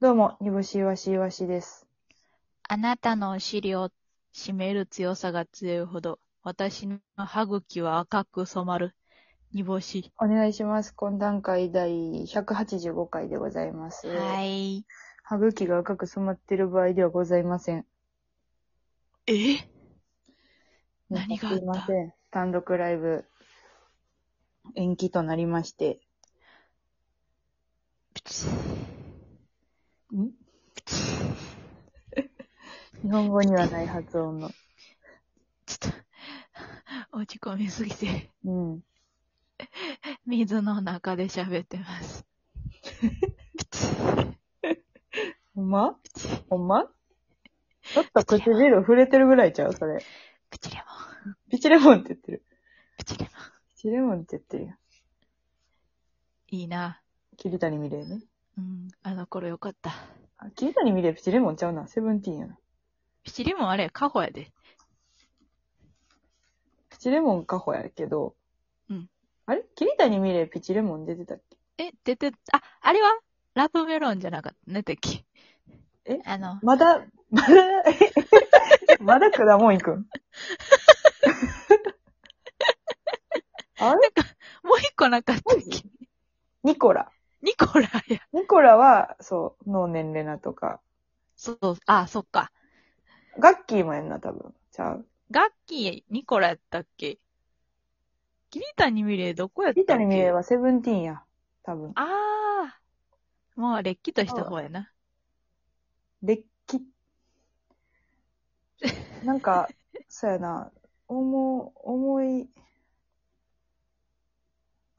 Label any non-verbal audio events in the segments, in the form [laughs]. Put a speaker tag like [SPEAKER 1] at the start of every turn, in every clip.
[SPEAKER 1] どうも、煮干しわしわしです。
[SPEAKER 2] あなたのお尻を締める強さが強いほど、私の歯茎は赤く染まる。煮干し。
[SPEAKER 1] お願いします。懇談会第185回でございます。
[SPEAKER 2] はい。
[SPEAKER 1] 歯茎が赤く染まってる場合ではございません。
[SPEAKER 2] え何があ
[SPEAKER 1] す
[SPEAKER 2] った
[SPEAKER 1] いません。単独ライブ、延期となりまして。
[SPEAKER 2] プチッ
[SPEAKER 1] ん
[SPEAKER 2] プチッ
[SPEAKER 1] 日本語にはない発音の。
[SPEAKER 2] ちょっと、落ち込みすぎて、
[SPEAKER 1] うん。
[SPEAKER 2] 水の中で喋って [laughs] ます。プチッ
[SPEAKER 1] ほんま
[SPEAKER 2] プチッ
[SPEAKER 1] ほんまちょっと唇触れてるぐらいちゃうそれ。
[SPEAKER 2] プチレモン。
[SPEAKER 1] ピチレモンって言ってる。
[SPEAKER 2] プチレモン。
[SPEAKER 1] ピチレモンって言ってるよ。
[SPEAKER 2] いいな。
[SPEAKER 1] 桐谷美玲ね。
[SPEAKER 2] うん。あの頃よかった。
[SPEAKER 1] あ桐谷美玲ピチレモンちゃうな。セブンティーンやな。
[SPEAKER 2] プチレモンあれ、カホやで。
[SPEAKER 1] ピチレモンカホやけど、
[SPEAKER 2] うん。
[SPEAKER 1] あれ桐谷美玲ピチレモン出てたっけ
[SPEAKER 2] え、出て、あ、あれはラブメロンじゃなかったね、てっき。
[SPEAKER 1] え
[SPEAKER 2] あの、
[SPEAKER 1] まだ、まだ、 [laughs] まだ果物いくんあれ
[SPEAKER 2] もう一個なかったっけ
[SPEAKER 1] ニコラ。
[SPEAKER 2] ニコラや。
[SPEAKER 1] ニコラは、そう、ノーネンレナとか。
[SPEAKER 2] そう、あ、そっか。
[SPEAKER 1] ガッキーもやんな、多分。ちゃう。
[SPEAKER 2] ガッキー、ニコラやったっけキリタニミレイどこやった
[SPEAKER 1] 桐
[SPEAKER 2] っけ
[SPEAKER 1] 谷美玲はセブンティーンや。多分。
[SPEAKER 2] あー。もう、れっきとした方やな。
[SPEAKER 1] れっき。なんか、そうやな、思う、思い、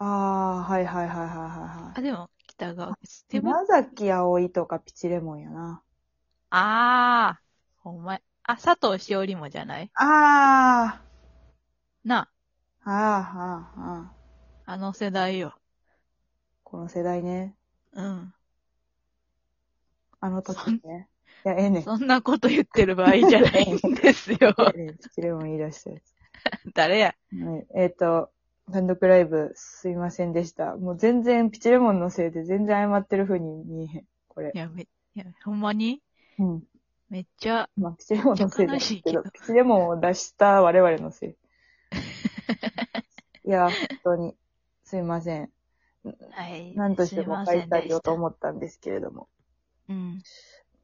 [SPEAKER 1] ああ、はいはいはいはいはいは
[SPEAKER 2] あ、でも、北川。
[SPEAKER 1] い。
[SPEAKER 2] セブン、
[SPEAKER 1] 山崎葵とかピチレモンやな。
[SPEAKER 2] あー。ほんまやあ、佐藤しおりもじゃない
[SPEAKER 1] あ
[SPEAKER 2] な
[SPEAKER 1] あ、ああ、ああ、ああ。
[SPEAKER 2] あ、あの世代よ。
[SPEAKER 1] この世代ね。
[SPEAKER 2] うん。
[SPEAKER 1] あの時ね。いや、ええねん。
[SPEAKER 2] そんなこと言ってる場合じゃないんですよ。
[SPEAKER 1] [laughs] ええねんピチレモン言い出したやつ。
[SPEAKER 2] 誰や
[SPEAKER 1] はいえっ、と、単独ライブすいませんでした。もう全然ピチレモンのせいで全然謝ってる風に見えへん。これ
[SPEAKER 2] い。や、め、いや、ほんまに
[SPEAKER 1] うん。
[SPEAKER 2] めっちゃ、
[SPEAKER 1] まあ、ピチレモンのせいで
[SPEAKER 2] 悲
[SPEAKER 1] す
[SPEAKER 2] しい
[SPEAKER 1] け
[SPEAKER 2] け
[SPEAKER 1] ど、
[SPEAKER 2] ど
[SPEAKER 1] ピチレモンを出した我々のせい。いや、本当に、すいません。
[SPEAKER 2] はい。
[SPEAKER 1] なんとしても開催をと思ったんですけれども。
[SPEAKER 2] う。うん。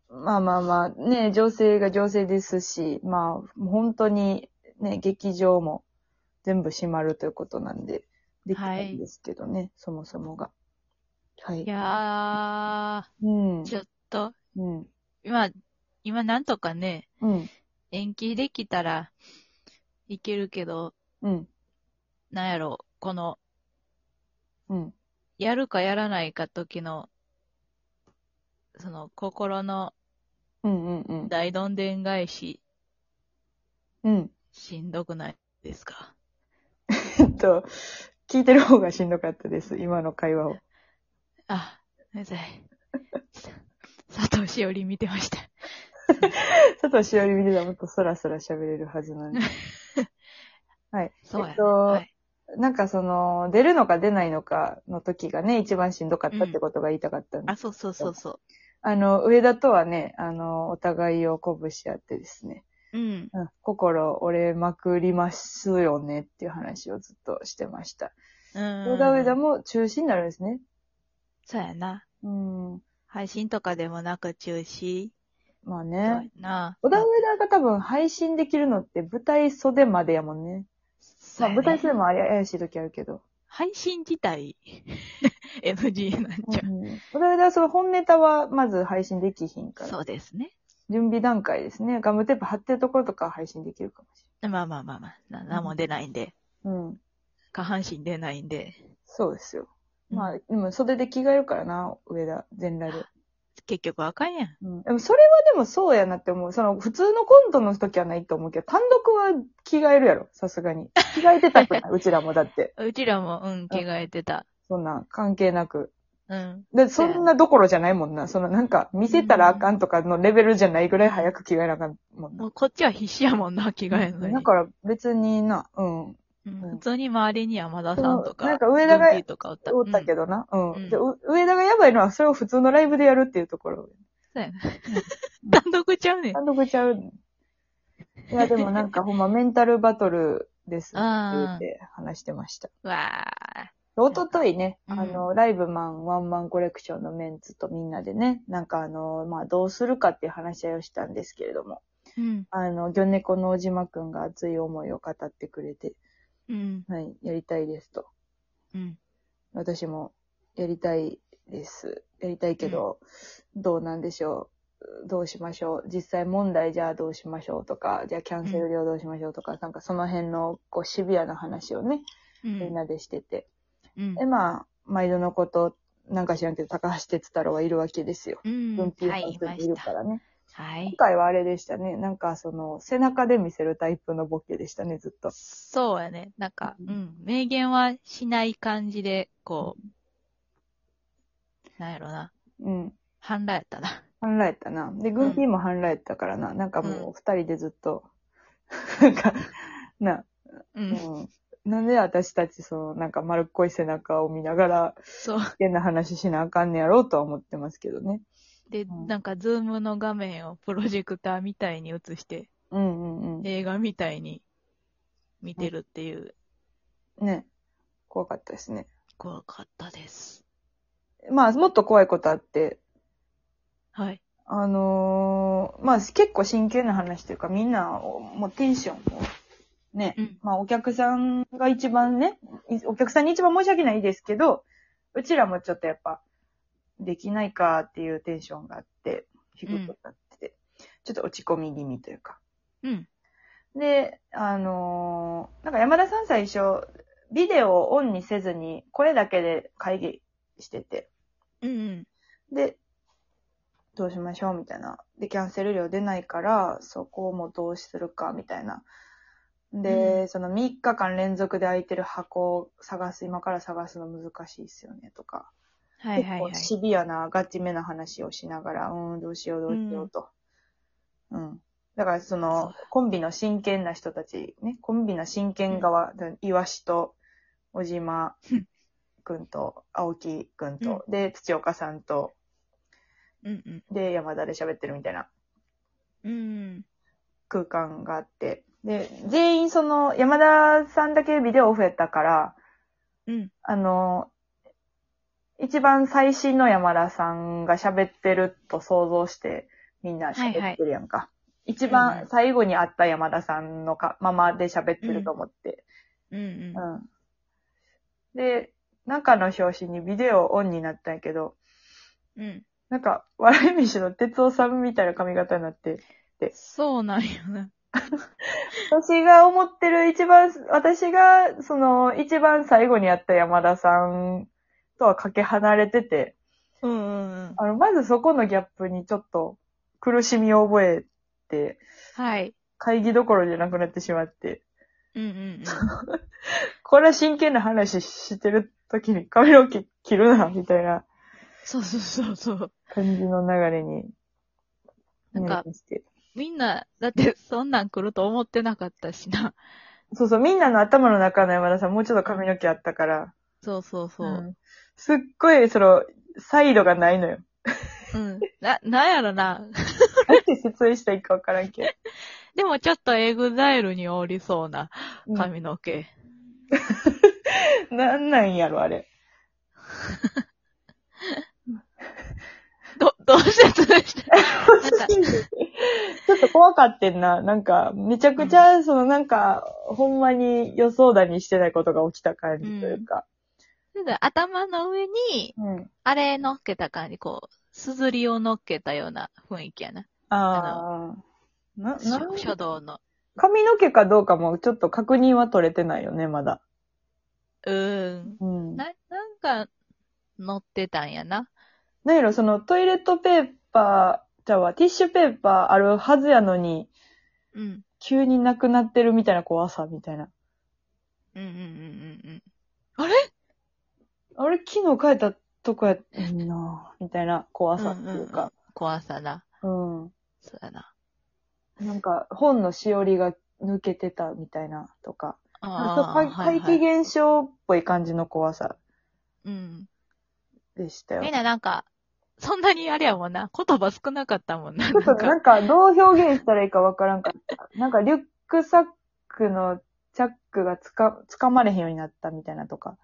[SPEAKER 1] まあまあまあ、ね、情勢が情勢ですし、まあ、もう本当に、ね、劇場も全部閉まるということなんで、できないんですけどね、そもそもが。はい。
[SPEAKER 2] いや
[SPEAKER 1] うん
[SPEAKER 2] ー、。ちょっと、
[SPEAKER 1] うん。
[SPEAKER 2] 今、今なんとかね、
[SPEAKER 1] うん。
[SPEAKER 2] 延期できたらいけるけど、
[SPEAKER 1] うん。
[SPEAKER 2] なんやろ、この、
[SPEAKER 1] うん。
[SPEAKER 2] やるかやらないか時の、その、心の
[SPEAKER 1] うん。うん。うん。
[SPEAKER 2] 大どんでん返し、
[SPEAKER 1] うん。
[SPEAKER 2] しんどくないですか
[SPEAKER 1] えっと、聞いてる方がしんどかったです、今の会話を。
[SPEAKER 2] あ、ごめん [laughs] なさい。さ佐藤しおり見てました。
[SPEAKER 1] 佐藤しおり見ればもっとそらそら喋れるはずなの
[SPEAKER 2] [laughs]
[SPEAKER 1] に。
[SPEAKER 2] そうや、ね
[SPEAKER 1] えっと
[SPEAKER 2] はい。
[SPEAKER 1] なんかその、出るのか出ないのかの時がね、一番しんどかったってことが言いたかったんで
[SPEAKER 2] あ、そうそうそうそう。
[SPEAKER 1] あの、上田とはね、あの、お互いを鼓舞し合ってですね、
[SPEAKER 2] うん。
[SPEAKER 1] うん、心折れまくりますよねっていう話をずっとしてました。
[SPEAKER 2] うん。
[SPEAKER 1] 上田上田も中止になるんですね。
[SPEAKER 2] そうやな。
[SPEAKER 1] うん。
[SPEAKER 2] 配信とかでもなく中止。
[SPEAKER 1] まあ
[SPEAKER 2] そうや
[SPEAKER 1] ね。
[SPEAKER 2] な。
[SPEAKER 1] 小田上田が多分配信できるのって舞台袖までやもんね。まあ、
[SPEAKER 2] そうやね
[SPEAKER 1] 舞台袖もあや怪しい時あるけど。
[SPEAKER 2] 配信自体、NG なん
[SPEAKER 1] う
[SPEAKER 2] ちゃう。
[SPEAKER 1] ん。小田上田はその本ネタはまず配信できひんから。
[SPEAKER 2] そうですね。
[SPEAKER 1] 準備段階ですね。ガムテープ貼ってるところとかは配信できるかもし
[SPEAKER 2] まあまあまあまあ、な何も出ないんで、
[SPEAKER 1] れない。うん。
[SPEAKER 2] 下半身出ないんで、
[SPEAKER 1] そうですよ。まあ、
[SPEAKER 2] う
[SPEAKER 1] でも袖で着替えるからな、上田、全裸で。
[SPEAKER 2] 結局あかんやん。
[SPEAKER 1] うん。でもそれはでもそうやなって思う。その普通のコントの時はないと思うけど、単独は着替えるやろ、さすがに。着替えてたくない、うちらもだって。
[SPEAKER 2] うちらも、うん、着替えてた。
[SPEAKER 1] そんなん関係なく。
[SPEAKER 2] うん。
[SPEAKER 1] で、そんなどころじゃないもんな。そのなんか、見せたらあかんとかのレベルじゃないぐらい早く着替えなあかんもんな。
[SPEAKER 2] もうこっちは必死やもんな、着替えるのに。
[SPEAKER 1] だから別にな、うん。
[SPEAKER 2] うん
[SPEAKER 1] うん
[SPEAKER 2] 普通に周りに山田さんとか、
[SPEAKER 1] そうなんか上田が
[SPEAKER 2] ドンキーとかおった。
[SPEAKER 1] おったけど
[SPEAKER 2] ど。
[SPEAKER 1] な。
[SPEAKER 2] う
[SPEAKER 1] うんん。で、う上田がやばいのは、それを普通のライブでやるっていうところ。
[SPEAKER 2] そうやな単独ちゃうねん。
[SPEAKER 1] 単独ち [laughs] ゃう。いや、でもなんかほんまメンタルバトル
[SPEAKER 2] [laughs]
[SPEAKER 1] ですって言って話してました。
[SPEAKER 2] わー。
[SPEAKER 1] おとといね、
[SPEAKER 2] うん
[SPEAKER 1] あの、ライブマンワンマンコレクションのメンツとみんなでね、なんかあの、まあ、どうするかっていう話し合いをしたんですけれども、
[SPEAKER 2] うん。
[SPEAKER 1] あの、魚猫の小島くんが熱い思いを語ってくれて、
[SPEAKER 2] うん。
[SPEAKER 1] はい、やりたいですと。
[SPEAKER 2] うん。
[SPEAKER 1] 私もやりたいです。やりたいけど、どうなんでしょう。どうしましょう。実際問題じゃあどうしましょうとか、じゃあキャンセル料どうしましょうとか、なんかその辺のこうシビアな話をね、
[SPEAKER 2] う
[SPEAKER 1] みん
[SPEAKER 2] ん。
[SPEAKER 1] なでしてて。
[SPEAKER 2] うん
[SPEAKER 1] で、まあ、毎度のこと、なんか知らんけど、高橋哲太郎はいるわけですよ。
[SPEAKER 2] うん。
[SPEAKER 1] 文通
[SPEAKER 2] はい、
[SPEAKER 1] さん
[SPEAKER 2] い
[SPEAKER 1] と
[SPEAKER 2] ま
[SPEAKER 1] い
[SPEAKER 2] し
[SPEAKER 1] るか
[SPEAKER 2] た。
[SPEAKER 1] らね。
[SPEAKER 2] はい
[SPEAKER 1] 今。回はあれでしたね。なんかその、背中で見せるタイプのボケでしたね、ずっと。
[SPEAKER 2] そうやね。なんか、う
[SPEAKER 1] うん
[SPEAKER 2] ん。明言はしない感じで、こう、なんやろな。
[SPEAKER 1] うん。
[SPEAKER 2] 反乱やったな。
[SPEAKER 1] 反乱やったな。で、軍艇も反乱やったからな。なんかも
[SPEAKER 2] う
[SPEAKER 1] う二人でずっと、なんか、な、
[SPEAKER 2] う。
[SPEAKER 1] うんん。なんで私たち、その、なんか丸っこい背中を見ながら、
[SPEAKER 2] そう。
[SPEAKER 1] 変な話しなあかんねやろうとは思ってますけどね。
[SPEAKER 2] で、
[SPEAKER 1] うん
[SPEAKER 2] なんか、ズームの画面をプロジェクターみたいに映して、
[SPEAKER 1] うんうんう
[SPEAKER 2] 映画みたいに見てるっていう、
[SPEAKER 1] ん。ね。怖かったですね。
[SPEAKER 2] 怖かったです。
[SPEAKER 1] まあ、もっと怖いことあって、
[SPEAKER 2] はい。
[SPEAKER 1] あのーまあ、結構真剣な話というか、みんなを、もうテンションを、ね、
[SPEAKER 2] うん。
[SPEAKER 1] まあ、お客さんが一番ね、いお客さんに一番申し訳ないですけど、うちらもちょっとやっぱ、できないかっていうテンションがあって、低くなってて、ちょっと落ち込み気味というか。
[SPEAKER 2] うん。
[SPEAKER 1] で、あのーなんか山田さん最初、ビデオをオンにせずに、声だけで会議してて、
[SPEAKER 2] うんうん。
[SPEAKER 1] で、どうしましょうみたいな。で、キャンセル料出ないから、そこもどうするかみたいな。で、
[SPEAKER 2] う
[SPEAKER 1] その3日間連続で空いてる箱を探す、今から探すの難しいですよねとか。
[SPEAKER 2] はいはいはい。
[SPEAKER 1] 結構シビアな、ガチめな話をしながら、うん、どうしようどうしようと。うん。だからそ
[SPEAKER 2] そう
[SPEAKER 1] の
[SPEAKER 2] だ、
[SPEAKER 1] コンビの真剣な人たち、ね、コンビの真剣側、だからイワシと、小島くんと、青木くんと、で、土岡さんと、
[SPEAKER 2] うんうん。
[SPEAKER 1] で、山田で喋ってるみたいな
[SPEAKER 2] うん。
[SPEAKER 1] 空間があって。で、全員その、山田さんだけビデオオフやったから、
[SPEAKER 2] うん。
[SPEAKER 1] あの、一番最新の山田さんが喋ってると想像して、みんな喋ってるやんか。一
[SPEAKER 2] うんうん
[SPEAKER 1] 番最後に会った山田さんのかままで喋ってると思って。
[SPEAKER 2] うんうん
[SPEAKER 1] う。ん。で、中の表紙にビデオオンになったんやけど、
[SPEAKER 2] うん。
[SPEAKER 1] なんか、笑い飯の哲夫さんみたいな髪型になって、
[SPEAKER 2] そうなんよな。
[SPEAKER 1] 私が思ってる一番、私が、その、一番最後に会った山田さんとはかけ離れてて、
[SPEAKER 2] うんうんうん。
[SPEAKER 1] あの、まずそこのギャップにちょっと苦しみを覚えて、
[SPEAKER 2] はい。
[SPEAKER 1] 会議どころじゃなくなってしまって、
[SPEAKER 2] うんうん
[SPEAKER 1] これは真剣な話してる時に髪の毛切るな、みたいな
[SPEAKER 2] そうそうそうそう。
[SPEAKER 1] 感じの流れに
[SPEAKER 2] なんか
[SPEAKER 1] りまして。
[SPEAKER 2] みんな、だってそんなん来ると思ってなかったしな。
[SPEAKER 1] そうそう、みんなの頭の中の山田さん、もうちょっと髪の毛あったから、
[SPEAKER 2] そうそうそうう。
[SPEAKER 1] んすっごい、その、サイドがないのよ。
[SPEAKER 2] うん。な、なんやろな。
[SPEAKER 1] なんて説明したらいいかわからんけど。
[SPEAKER 2] でもちょっとエグザイルにおりそうな
[SPEAKER 1] うん
[SPEAKER 2] 髪の毛。
[SPEAKER 1] なんなんやろ、あれ。
[SPEAKER 2] ど、
[SPEAKER 1] [laughs]
[SPEAKER 2] どう説明したなんか
[SPEAKER 1] ちょっと怖かってんな。なんか、めちゃくちゃ、そのなんか、ほんまに予想だにしてないことが起きた感じというか。
[SPEAKER 2] 頭の上に、
[SPEAKER 1] うん。
[SPEAKER 2] あれ乗っけた感じ、こう、すずりを乗っけたような雰囲気やな。
[SPEAKER 1] ああ。な、
[SPEAKER 2] 書
[SPEAKER 1] な、
[SPEAKER 2] 書道の。
[SPEAKER 1] 髪の毛かどうかもちょっと確認は取れてないよね、まだ。
[SPEAKER 2] うーん。
[SPEAKER 1] うん。
[SPEAKER 2] な、なんか、乗ってたんやな。
[SPEAKER 1] なんやろ、そのトイレットペーパー、じゃあティッシュペーパーあるはずやのに、
[SPEAKER 2] うん。
[SPEAKER 1] 急になくなってるみたいな怖さみたいな。
[SPEAKER 2] うんうんうんうんうん。
[SPEAKER 1] あれ、昨日書いたとこやったんやなみたいな怖さっていうか。
[SPEAKER 2] 怖さな。
[SPEAKER 1] うん。
[SPEAKER 2] そうやな。
[SPEAKER 1] なんか、本のしおりが抜けてたみたいなとか。そう
[SPEAKER 2] あ
[SPEAKER 1] 怪
[SPEAKER 2] ーは
[SPEAKER 1] 怪
[SPEAKER 2] いはい
[SPEAKER 1] 奇現象っぽい感じの怖さ
[SPEAKER 2] うん。
[SPEAKER 1] でしたよ。 [laughs]
[SPEAKER 2] みんななんか、そんなにあれやもんな。言葉少なかったもんな。
[SPEAKER 1] ちょっと
[SPEAKER 2] なん
[SPEAKER 1] な
[SPEAKER 2] か、
[SPEAKER 1] んか、どう表現したらいいかわからんかった。なんか、リュックサックのチャックがつか、つかまれへんようになったみたいなとか。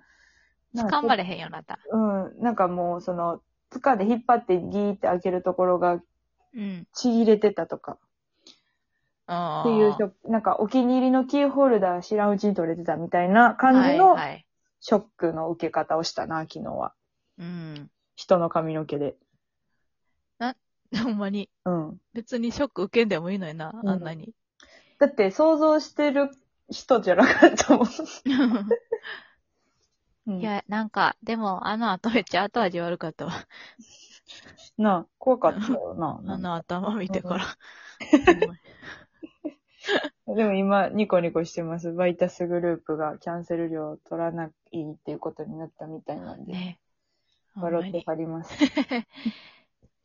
[SPEAKER 1] なんか
[SPEAKER 2] 掴まれへんようになった。
[SPEAKER 1] うん。なんかもう、その、つかで引っ張ってギーって開けるところが
[SPEAKER 2] うん。
[SPEAKER 1] ちぎれてたとか。
[SPEAKER 2] あ
[SPEAKER 1] っ
[SPEAKER 2] ー
[SPEAKER 1] ていう人、なんかお気に入りのキーホルダー知らんうちに取れてたみたいな感じの
[SPEAKER 2] はいはい。
[SPEAKER 1] ショックの受け方をしたな、昨日は。
[SPEAKER 2] うん。
[SPEAKER 1] 人の髪の毛で。
[SPEAKER 2] ほんまに、
[SPEAKER 1] うん。
[SPEAKER 2] 別にショック受けんでもいいのにな、
[SPEAKER 1] うん
[SPEAKER 2] あんな [laughs] に。
[SPEAKER 1] だって想像してる人じゃなかったもん。うん
[SPEAKER 2] いや、なんか、でも、あの後めっちゃ後味悪かったわ。
[SPEAKER 1] なあ、怖かったよな。
[SPEAKER 2] [laughs] あの頭見てから。
[SPEAKER 1] でも今、ニコニコしてます。バイタスグループがキャンセル料を取らないっていうことになったみたいなんで、
[SPEAKER 2] [laughs] ねほんま
[SPEAKER 1] 笑って
[SPEAKER 2] に。
[SPEAKER 1] はります。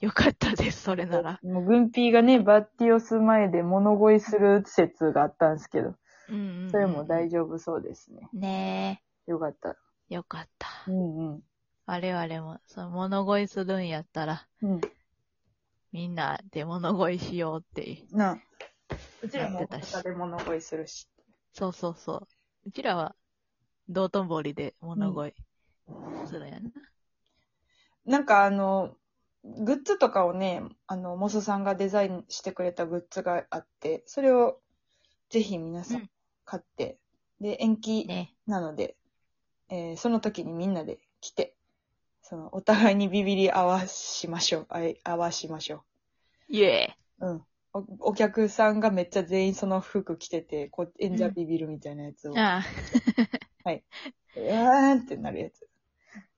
[SPEAKER 2] よかったです、そ [laughs] れなら。
[SPEAKER 1] もう、軍ピーがね、バッティオス前で物乞いする説があったんですけど、
[SPEAKER 2] うんうんうん
[SPEAKER 1] それも大丈夫そうですね。
[SPEAKER 2] ね
[SPEAKER 1] よかった。
[SPEAKER 2] え、よかった。
[SPEAKER 1] うんうん。
[SPEAKER 2] 我々も、その物乞いするんやったら、
[SPEAKER 1] うん。
[SPEAKER 2] みんなで物乞いしようっていう。
[SPEAKER 1] なあ。う
[SPEAKER 2] ちらもやってたし
[SPEAKER 1] 食べ物恋するし。
[SPEAKER 2] そうそうそう。うちらは、道頓堀で物乞いするんやな。
[SPEAKER 1] なんかあの、グッズとかをね、あの、モスさんがデザインしてくれたグッズがあって、それをぜひ皆さ
[SPEAKER 2] うんん
[SPEAKER 1] 買って、で、延期
[SPEAKER 2] ね
[SPEAKER 1] なので、えーその時にみんなで来て、その、お互いにビビり合わしましょう。あい合わしましょ
[SPEAKER 2] イエ
[SPEAKER 1] う。うん。おお客さんがめっちゃ全員その服着てて、こう、演者
[SPEAKER 2] うん
[SPEAKER 1] ビビるみたいなやつを
[SPEAKER 2] ーイ。ああ、
[SPEAKER 1] うわーんってなるやつ。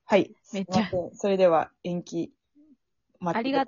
[SPEAKER 1] はい。
[SPEAKER 2] めっちゃ
[SPEAKER 1] すいませんそれでは延期、待
[SPEAKER 2] あ
[SPEAKER 1] ってください
[SPEAKER 2] りがとう。